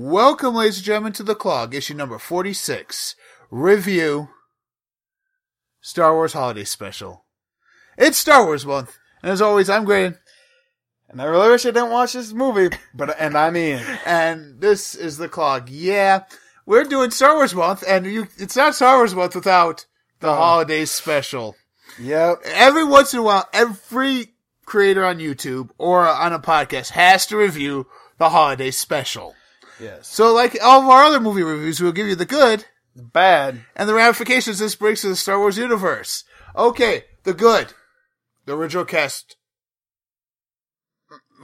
Welcome, ladies and gentlemen, to The Clog, issue number 46. Review Star Wars Holiday Special. It's Star Wars month, and as always, I'm Graydon, And I really wish I didn't watch this movie, but and I mean, and this is The Clog. Yeah, we're doing Star Wars month, and you, it's not Star Wars month without the Holiday Special. yep, Every once in a while, every creator on YouTube or on a podcast has to review the Holiday Special. yes, So, like all of our other movie reviews, we'll give you the good bad. and the ramifications this brings to the Star Wars universe. Okay, the good, the original cast.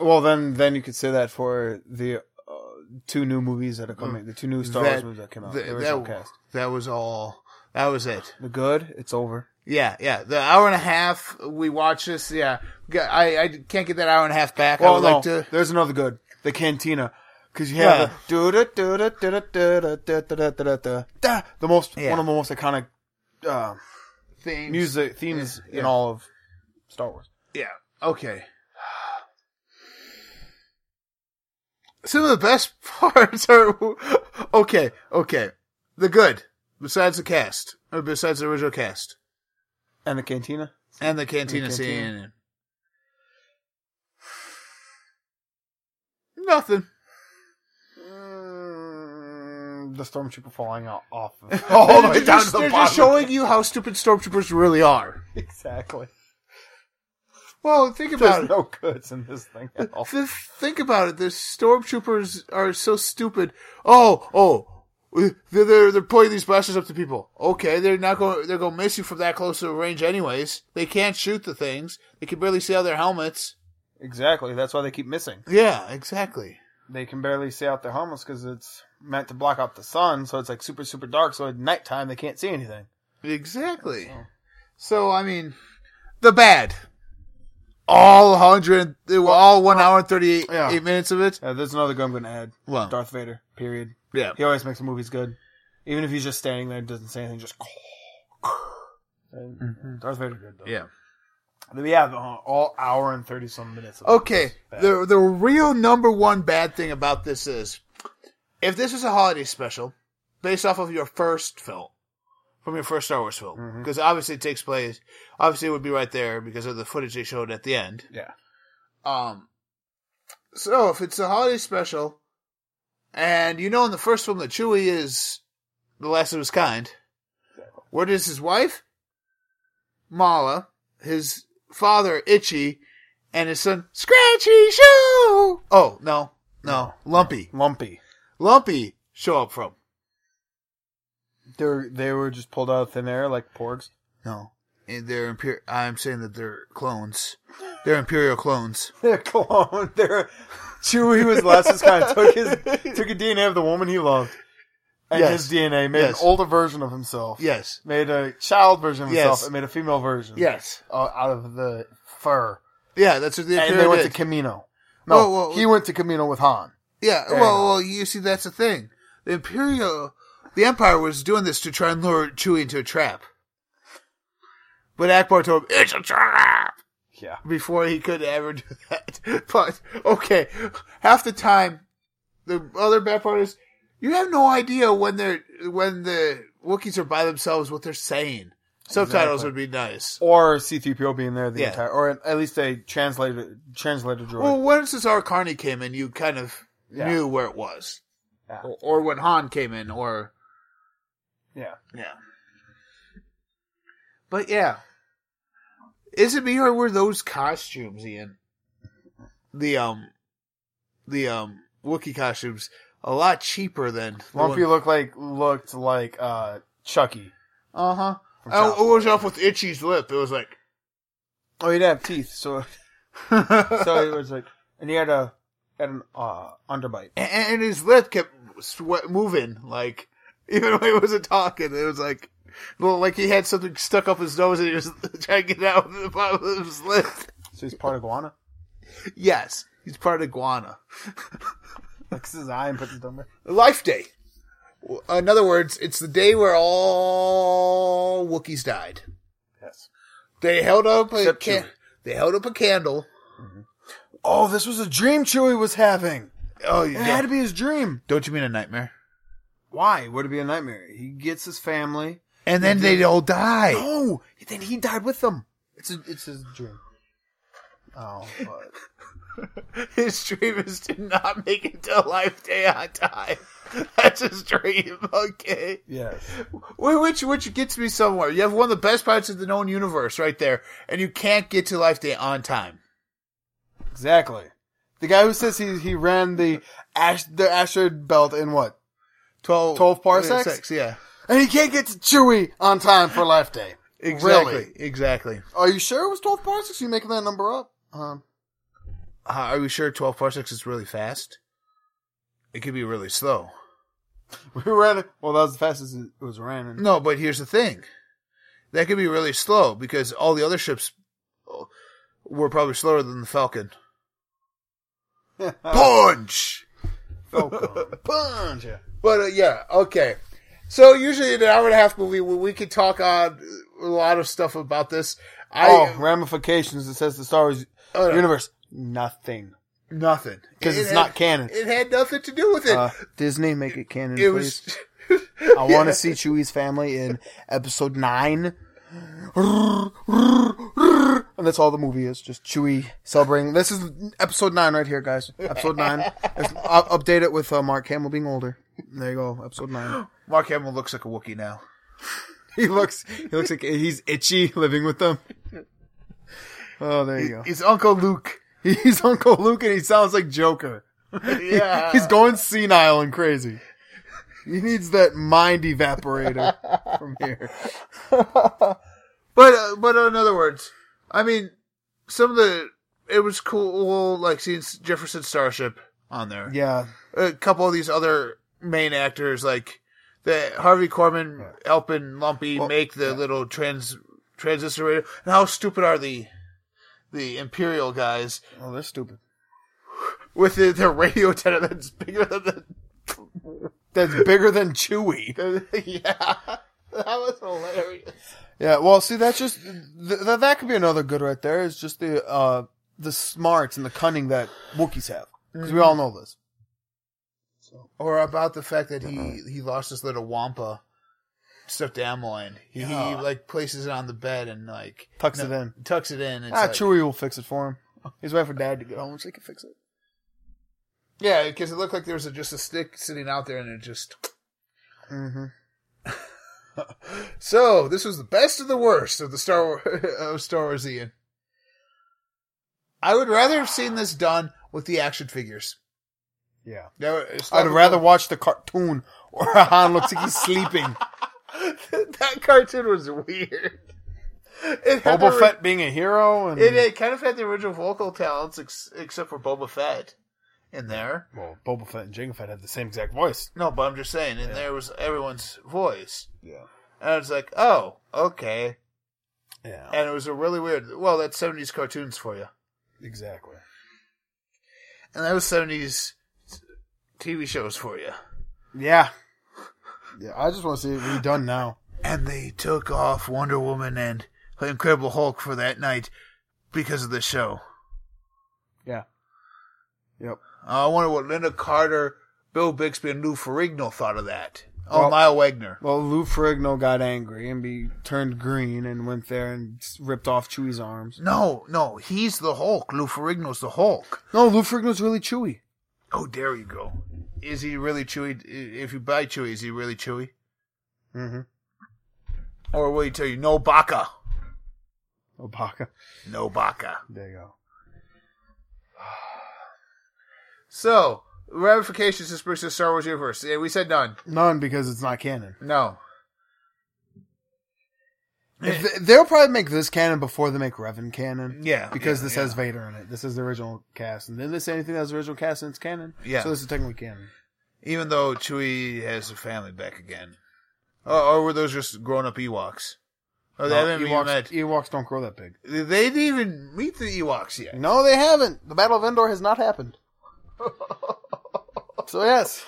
Well, then then you could say that for the uh, two new movies that are coming, the two new Star Wars movies that came out. th- the original Mm. that, cast. that was all. That was it. The good, it's over. Yeah, yeah. The hour and a half we watched this. Yeah, G- I I can't get that hour and a half back. I Well, would no, like to. there's another good, the cantina, because you Yeah. have the da da da da da da da da da da da the most Yeah. one of the most iconic uh, Things. music themes Yeah, in yeah. all of Star Wars. Yeah. Okay. Some of the best parts are okay. Okay. The good, besides the cast, or besides the original cast. And the cantina, And the cantina, The cantina. scene. Nothing. mm, the stormtrooper falling out off. Of- Oh, my- down to the they're bottom. just showing you how stupid stormtroopers really are. exactly. Well, think about There's it. no goods in this thing at all. Th- think about it. The stormtroopers are so stupid. Oh, oh, they're they're, they're pulling these blasters up to people. Okay, they're not going. They're going to miss you from that close of a range, anyways. They can't shoot the things. They can barely see out their helmets. Exactly. That's why they keep missing. Yeah, exactly. They can barely see out their helmets because it's meant to block out the sun, so it's like super, super dark. So at nighttime, they can't see anything. Exactly. So I mean, the bad. All hundred. They were all one hour and thirty eight Yeah. eight minutes of it. Uh, there's another guy I'm going to add. Well, Darth Vader. Period. yeah. He always makes the movies good, even if he's just standing there, doesn't say anything, just. And Darth Vader good though. Yeah. But yeah, the- uh, all hour and thirty some minutes. Of Okay, this. the the real number one bad thing about this is, if this is a holiday special, based off of your first film, from your first Star Wars film, because obviously it takes place, obviously it would be right there because of the footage they showed at the end. yeah. Um, so if it's a holiday special, and you know in the first film that Chewie is the last of his kind, where does his wife, Mala, his father Itchy, and his son Scratchy show? Oh no, no, Lumpy, Lumpy. Lumpy show up from? They were they were just pulled out of thin air like porgs. No, and they're imper- I'm saying that they're clones. They're imperial clones. They're clone. They're Chewie was last his kind. Took his took a DNA of the woman he loved and Yes. his DNA made Yes. an older version of himself. Yes. Made a child version of himself Yes. and made a female version. Yes. uh, out of the fur. Yeah, that's what the And Imperial they went did. to Camino. No, Whoa, whoa, he went to Camino with Han. Yeah, Fair well, well, you see, that's the thing. The Imperial, the Empire was doing this to try and lure Chewie into a trap. But Akbar told him, it's a trap! Yeah. Before he could ever do that. But, okay, half the time, the other bad part is, you have no idea when they're, when the Wookiees are by themselves, what they're saying. Subtitles Exactly. would be nice. Or C-3PO being there the Yeah. entire, or at least a translator, translator droid. Well, once Cesar Carney came in, you kind of Yeah. knew where it was. Yeah. Or, or when Han came in, or yeah. Yeah. But yeah. Is it me or were those costumes, Ian? The um the um Wookiee costumes a lot cheaper than Lumpy looked like, looked like, uh, Chucky. Uh huh. from I, South it was off with Itchy's lip. It was like Oh, he didn't have teeth, so so it was like, and he had a had an uh, underbite. and his lip kept swe moving, like even when he wasn't talking, it was like well, like he had something stuck up his nose and he was trying to get it out with the bottom of his lip. So he's part iguana. Yes, he's part iguana. Licks his eye and puts it down Life Day. In other words, it's the day where all Wookiees died. Yes. They held up a Except can- Chewie. they held up a candle. Oh, this was a dream Chewie was having. Oh, It you had to don't, be his dream. don't you mean a nightmare? Why would it be a nightmare? He gets his family. And then they all die. No, then he died with them. It's a, it's his dream. Oh, but His dream is to not make it to life day on time. That's his dream. Okay. yes, Wh- Which which gets me somewhere. You have one of the best parts of the known universe right there, and you can't get to life day on time. exactly. The guy who says he he ran the ash the asteroid belt in what? 12, 12 parsecs? yeah. And he can't get to Chewie on time for Life Day. Exactly. Really? Exactly. Are you sure it was twelve parsecs? Are you making that number up? Um, Uh, are we sure 12 parsecs is really fast? It could be really slow. we ran it. Well, that was the fastest it was ran. in. No, but here's the thing. That could be really slow because all the other ships uh, were probably slower than the Falcon. Punch! Falcon. Punch ya. But uh, yeah, okay. So usually in an hour and a half movie, we, we could talk on a lot of stuff about this. I oh, ramifications. It says the Star Wars Oh, no. universe. Nothing. nothing Because It it's had- not canon. It had nothing to do with it. Uh, Disney, make it canon, it please. was. I want to see Chewie's family in episode nine. And that's all the movie is. Just Chewie celebrating. This is episode nine right here, guys. Episode nine. It's- I'll update it with uh, Mark Hamill being older. There you go. Episode nine. Mark Hamill looks like a Wookiee now. He looks. He looks like he's itchy living with them. Oh, there you go. He's Uncle Luke. He's Uncle Luke, and he sounds like Joker. Yeah. He's going senile and crazy. He needs that mind evaporator from here. But uh, but in other words, I mean, some of the it was cool like seeing Jefferson Starship on there. Yeah, A couple of these other main actors like that Harvey Korman, Elpin, Lumpy make the little trans transistor radio. And how stupid are the the Imperial guys Oh, they're stupid. with the, their radio antenna that's bigger than That's bigger than Chewy. the yeah. That was hilarious. Yeah. Well, see, that's just th- th- that could be another good right there. Is just the uh the smarts and the cunning that Wookiees have because we all know this. Or about the fact that he Uh-huh. he lost his little Wampa stuffed animal and he, Yeah. he like places it on the bed and like Tucks it in. tucks it in. It's Ah, like, Chewy will fix it for him. He's waiting for Dad to get home so he can fix it. Yeah, because it looked like there was a, just a stick sitting out there and it just. Mm-hmm. so this was the best of the worst of the Star War- of Star Wars Ian. I would rather have seen this done with the action figures. Yeah. That would- it's I'd not- rather watch the cartoon where Han looks like he's sleeping. that cartoon was weird. It had Boba the- Fett being a hero and It, it kind of had the original vocal talents, ex- except for Boba Fett in there. well, Boba Fett and Jango Fett had the same exact voice. No, but I'm just saying, in there was everyone's voice. Yeah. And I was like, oh, okay. Yeah. And it was a really weird, well, that's 70s cartoons for you. exactly. And that was 70s TV shows for you. Yeah. Yeah. I just want to see it redone now. And they took off Wonder Woman and Incredible Hulk for that night because of the show. Yeah. Yep. Uh, I wonder what Linda Carter, Bill Bixby, and Lou Ferrigno thought of that. Oh, Well- Lyle Wagner. Well, Lou Ferrigno got angry and be turned green and went there and s- ripped off Chewie's arms. No, no, he's the Hulk. Lou Ferrigno's the Hulk. No, Lou Ferrigno's really Chewie. Oh, there you go. Is he really Chewy? If you buy Chewy, is he really Chewy? Mm-hmm. Or will he tell you, no baka? Obaka. No baka. There you go. So, ramifications this brings to Star Wars universe. Yeah, we said none. None because it's not canon. No. If th- they'll probably make this canon before they make Revan canon. Yeah, Because yeah, this yeah. has Vader in it. This is the original cast. And then they say anything that was the original cast and it's canon. Yeah. So this is technically canon. Even though Chewie has a family back again. Or, or were those just grown up Ewoks? Or they haven't even Ewoks, met. Ewoks don't grow that big. They didn't even meet the Ewoks yet. No, they haven't. The Battle of Endor has not happened. so yes.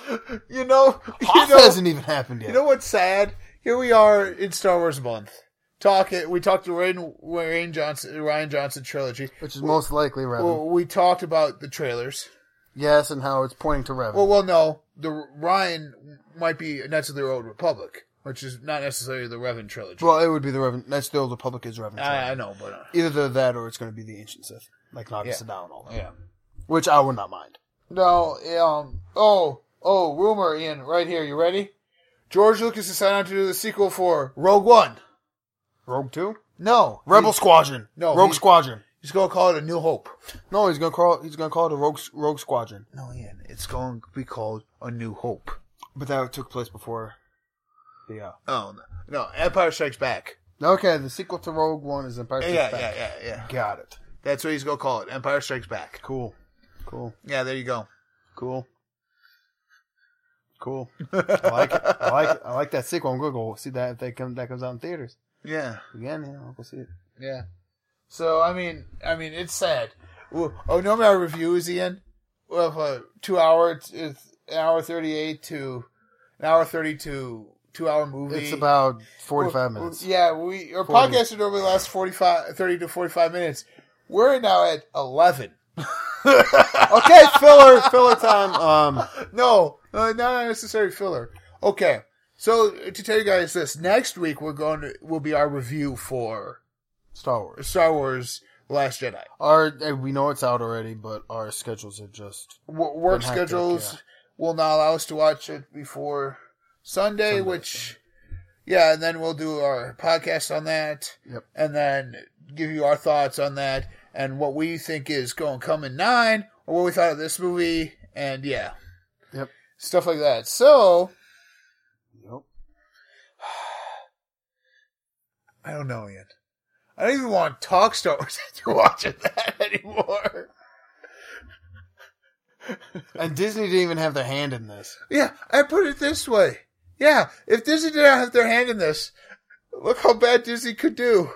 You know, you Hoth know, hasn't even happened yet. you know what's sad? Here we are in Star Wars month. Talking, we talked to Ryan, Ryan Johnson, Ryan Johnson trilogy. Mm-hmm. which is most likely Revan. Well, we talked about the trailers. Yes, and how it's pointing to Revan. Well, well, no, the Ryan might be Knights of the Old Republic, which is not necessarily the Revan trilogy. Well, it would be the Revan. That's the old Republic is Revan. I, I know, but uh, Either that or it's going to be the ancient Sith, like Naga Yeah. Sadao and all that. yeah. Which I would not mind. No, um, oh, oh, rumor, Ian, right here. You ready? George Lucas decided not to do the sequel for Rogue One. Rogue Two, No, Rebel He- Squadron, No, Rogue he- Squadron. he's gonna call it a New Hope. No, he's gonna call. He's gonna call it a Rogue Rogue Squadron. No, Ian, it's going to be called a New Hope. But that took place before. uh, Yeah. Oh no, no Empire Strikes Back. Okay, the sequel to Rogue One is Empire Strikes yeah, Back. yeah, yeah, yeah. Got it. That's what he's gonna call it. Empire Strikes Back. Cool. Cool. Yeah, there you go. Cool. Cool. I like it. I like it. I like that sequel. I'm gonna go see that if they come that comes out in theaters Yeah, again. Yeah, I'll go see it. yeah. So I mean, I mean, it's sad. Well, Oh, normally our review is Ian of uh, two hour, it's, it's an hour thirty eight to an hour thirty two, two hour movie. It's about forty Well, five well, minutes. Yeah, we our 40. podcast would normally last 45, 30 to forty five minutes. We're now at eleven. Okay, filler filler time. Um, No, uh, not necessary filler. Okay, so to tell you guys this, next week we're going to will be our review for Star Wars. Star Wars: Last Jedi. Our eh, we know it's out already, but our schedules are just W- work Been hectic, schedules yeah. will not allow us to watch it before Sunday, Sunday, which yeah, and then we'll do our podcast on that, Yep. and then give you our thoughts on that and what we think is going to come in nine, or what we thought of this movie, and yeah, Yep. stuff like that. So Yep. I don't know yet. I don't even want to talk Star Wars after watching that anymore. And Disney didn't even have their hand in this. Yeah, I put it this way. Yeah, if Disney did not have their hand in this, look how bad Disney could do.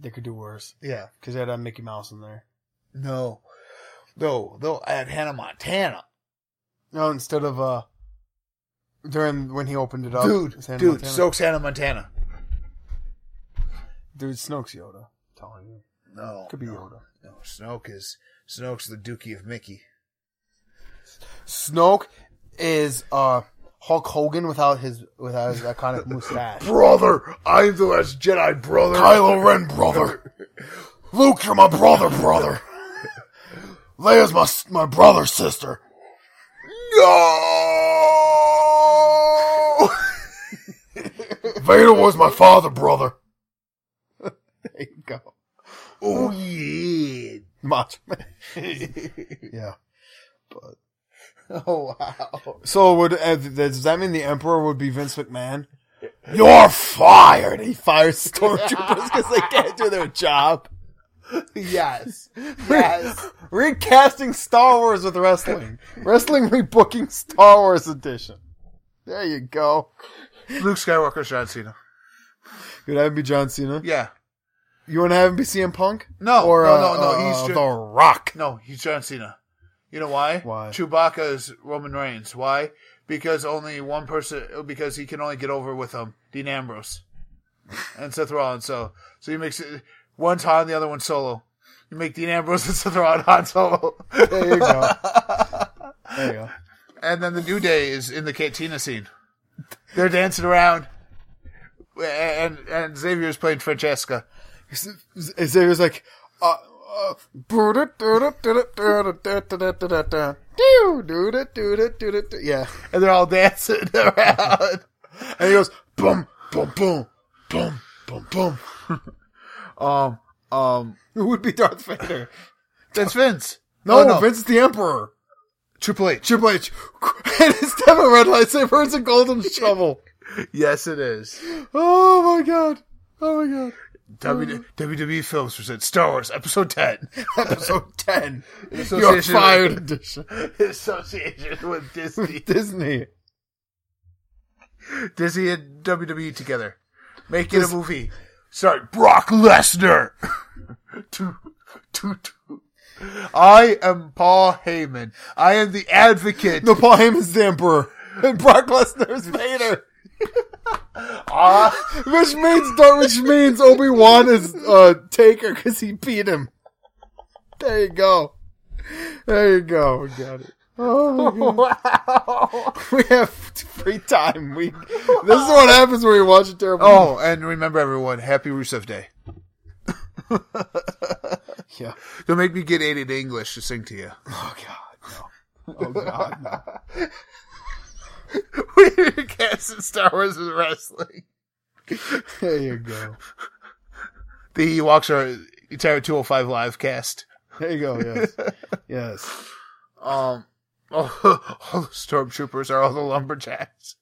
They could do worse Yeah. because they had a Mickey Mouse in there. No. No, they'll add Hannah Montana. No, instead of uh, during when he opened it up, dude, it's Hannah dude, Montana. soaks Hannah Montana. dude, Snoke's Yoda. I'm telling you, No. could be no, Yoda. No, Snoke is Snoke's the Dookie of Mickey. Snoke is uh Hulk Hogan without his without his iconic mustache. Brother, I'm the last Jedi brother. Kylo Ren, brother. Luke, you're my brother, brother. Leia's my s- my brother, sister. No. Vader was my father, brother. There you go, oh yeah. Macho Man. yeah. Oh wow. So would uh, th- does that mean the Emperor would be Vince McMahon? You're fired. He fires stormtroopers because they can't do their job. Yes. Yes. Recasting Star Wars with wrestling. wrestling rebooking Star Wars edition. There you go. Luke Skywalker, John Cena. Could have him be John Cena? Yeah. You want to have him be CM Punk? No, Or no, uh, no, no, uh, he's uh, Ju- The Rock. No, he's John Cena. You know why? Why? Chewbacca is Roman Reigns. Why? Because only one person. Because he can only get over with him. Dean Ambrose and Seth Rollins. So, so he makes it. One's Han, the other one's Solo. You make Dean Ambrose and Seth Rollins Han Solo, There you go. there you go. and then the New Day is in the Cantina scene. They're dancing around, and and Xavier's playing Francesca. Xavier's like, uh, uh, yeah. and they're all dancing around. And he goes, boom, boom, boom, boom, boom, boom. um, um, Who would be Darth Vader? that's Vince. No, Oh, no, Vince is the Emperor. Triple H. Triple H. And instead of a red lightsaber, it's a golden shovel. Yes, it is. Oh my god. Oh my god. Hmm. W- WWE Films presents Star Wars Episode 10. Episode 10. You're Association- fired edition. Association with Disney. Disney. Disney and WWE together. Make it a movie. Sorry, Brock Lesnar. Toot, toot, toot. I am Paul Heyman. I am the advocate. No, Paul Heyman's the Emperor. And Brock Lesnar's Vader. Ah, Which means, which means Obi Wan is uh, Taker because he beat him. There you go. There you go. We got it. Oh my god. wow. We have free time. We this is what happens when you watch a terrible. movie. Oh, and remember everyone, happy Rusev Day. yeah. Don't make me get aided English to sing to you. Oh god. No. Oh god. No. we need to cast in Star Wars with wrestling. There you go. The Ewoks are entire 205 live cast. There you go. Yes. Yes. Um, all, all the stormtroopers are all the lumberjacks.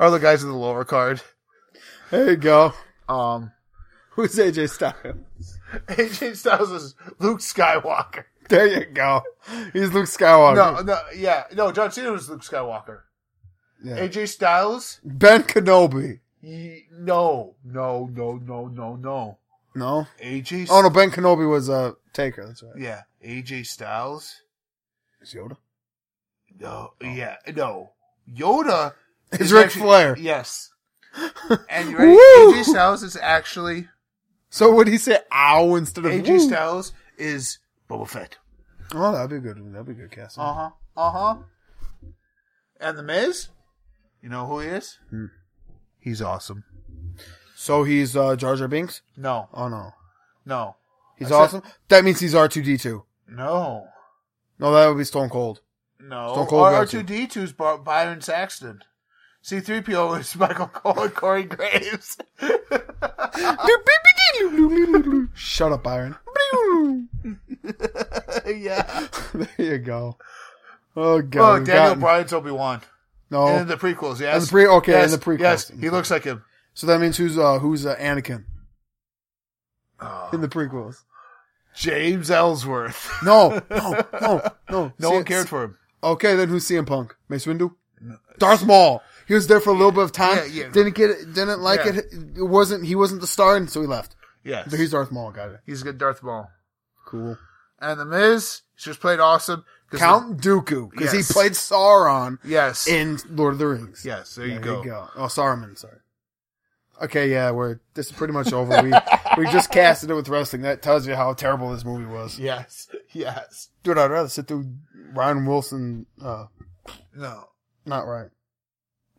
Are the guys in the lower card? There you go. Um, Who's AJ Styles? AJ Styles is Luke Skywalker. There you go. He's Luke Skywalker. No, no, yeah, no. John Cena was Luke Skywalker. Yeah. AJ Styles? Ben Kenobi. Ye- no, no, no, no, no, no. No. AJ. Oh no, Ben Kenobi was uh, Taker. That's right. Yeah, AJ Styles. It's Yoda. No, yeah, no. Yoda It's Ric Flair. Yes. And you ready? Woo! AJ Styles is actually So would he say "ow" instead of AJ "woo"? Styles is Boba Fett. Oh, that'd be a good. That'd be a good casting. Uh huh. Uh huh. And the Miz, you know who he is? Hmm. He's awesome. So he's uh, Jar Jar Binks. No, Oh no, no, he's I said- awesome. that means he's R two D two. no, No, that would be Stone Cold. no. Stone Cold R Wilson. two D 2s Byron Saxton. C three PO is Michael Cole and Corey Graves. Shut up, Byron. yeah. there you go. Oh Oh, god. we've Daniel gotten- Bryan's Obi Wan. No. In the prequels, yes. In the pre- okay, in Yes, the prequels. Yes, he looks like him. so that means who's uh, who's uh, Anakin in the prequels? James Ellsworth. No, no, no, no. No See, one cared for him. Okay, then who's CM Punk? Mace Windu? Darth Maul. He was there for a little bit of time. Yeah, yeah. Didn't get it. Didn't like Yeah. it. It wasn't. He wasn't the star, and so he left. Yes. But he's Darth Maul. Got it. He's a good Darth Maul. Cool. And The Miz, he's just played awesome. 'Cause Count Dooku, because Yes. he played Sauron the- yes. in Lord of the Rings. yes, there, you, go. Oh, Saruman. Sorry. Okay, yeah, we're this is pretty much over. We we just casted it with wrestling. That tells you how terrible this movie was. Yes, yes. Dude, I'd rather sit through Ryan Wilson. Uh, No. Not right.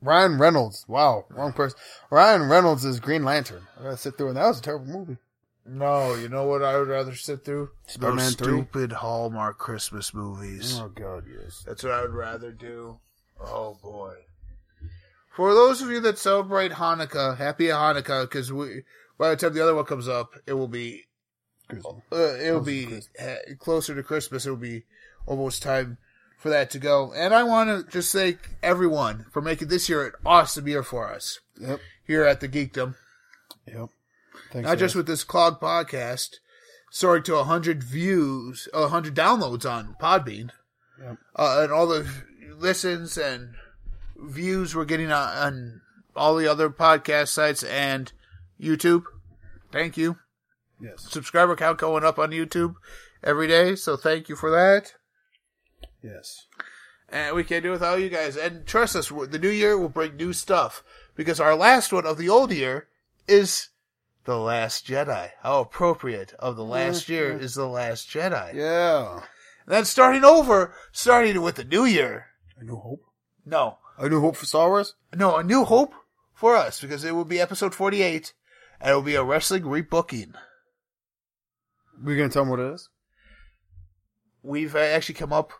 Ryan Reynolds. Wow, wrong person. Ryan Reynolds is Green Lantern. I gotta sit through it. That was a terrible movie. No, you know what I would rather sit through? Spider-Man Those 3? stupid Hallmark Christmas movies. Oh, god, yes. That's what I would rather do. Oh boy. For those of you that celebrate Hanukkah, happy Hanukkah, because we by the time the other one comes up, it will be uh, it'll be uh, closer to Christmas. It'll be almost time for that to go. And I want to just thank everyone for making this year an awesome year for us Yep. here at the Geekdom. Yep. Thanks. Not just guys. with this clog podcast, soaring to 100 views, uh, 100 downloads on Podbean, Yep. uh, and all the listens and views we're getting on, on all the other podcast sites and YouTube. Thank you. yes. Subscriber count going up on YouTube every day, so thank you for that. Yes. And we can't do it without you guys. And trust us, w- the new year will bring new stuff because our last one of the old year is the Last Jedi. How appropriate! Of the last year is the Last Jedi. Yeah. And then starting over, starting with the new year. A new hope. No, A new hope for Star Wars. no, a new hope for us because it will be episode forty-eight, and it will be a wrestling rebooking. We're gonna tell them what it is. We've uh, actually come up.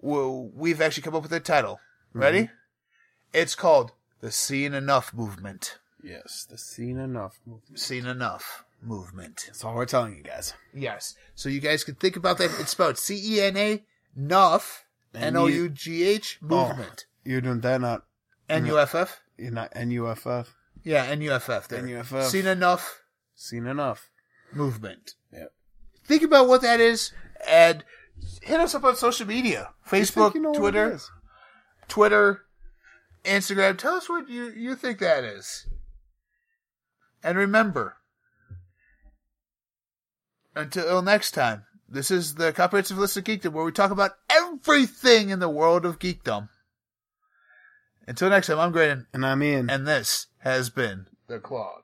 well, We've actually come up with a title. Ready? It's called the Seen Enough Movement. Yes. The scene enough. seen enough movement. That's all we're telling you guys. Yes. So you guys can think about that. It's spelled C E N A Nuff N O U Oh. G H movement. Oh, You're doing that, not N U F F. you're not NUFF. Yeah, N U F F. there. NUFF. Seen enough Seen enough. movement. Yep. Think about what that is and hit us up on social media. Facebook, Twitter, Twitter, Instagram. Tell us what you, you think that is. And remember, until next time, this is the Comprehensive List of Geekdom where we talk about everything in the world of geekdom. Until next time, I'm Graydon, And I'm in. and this has been The Clog.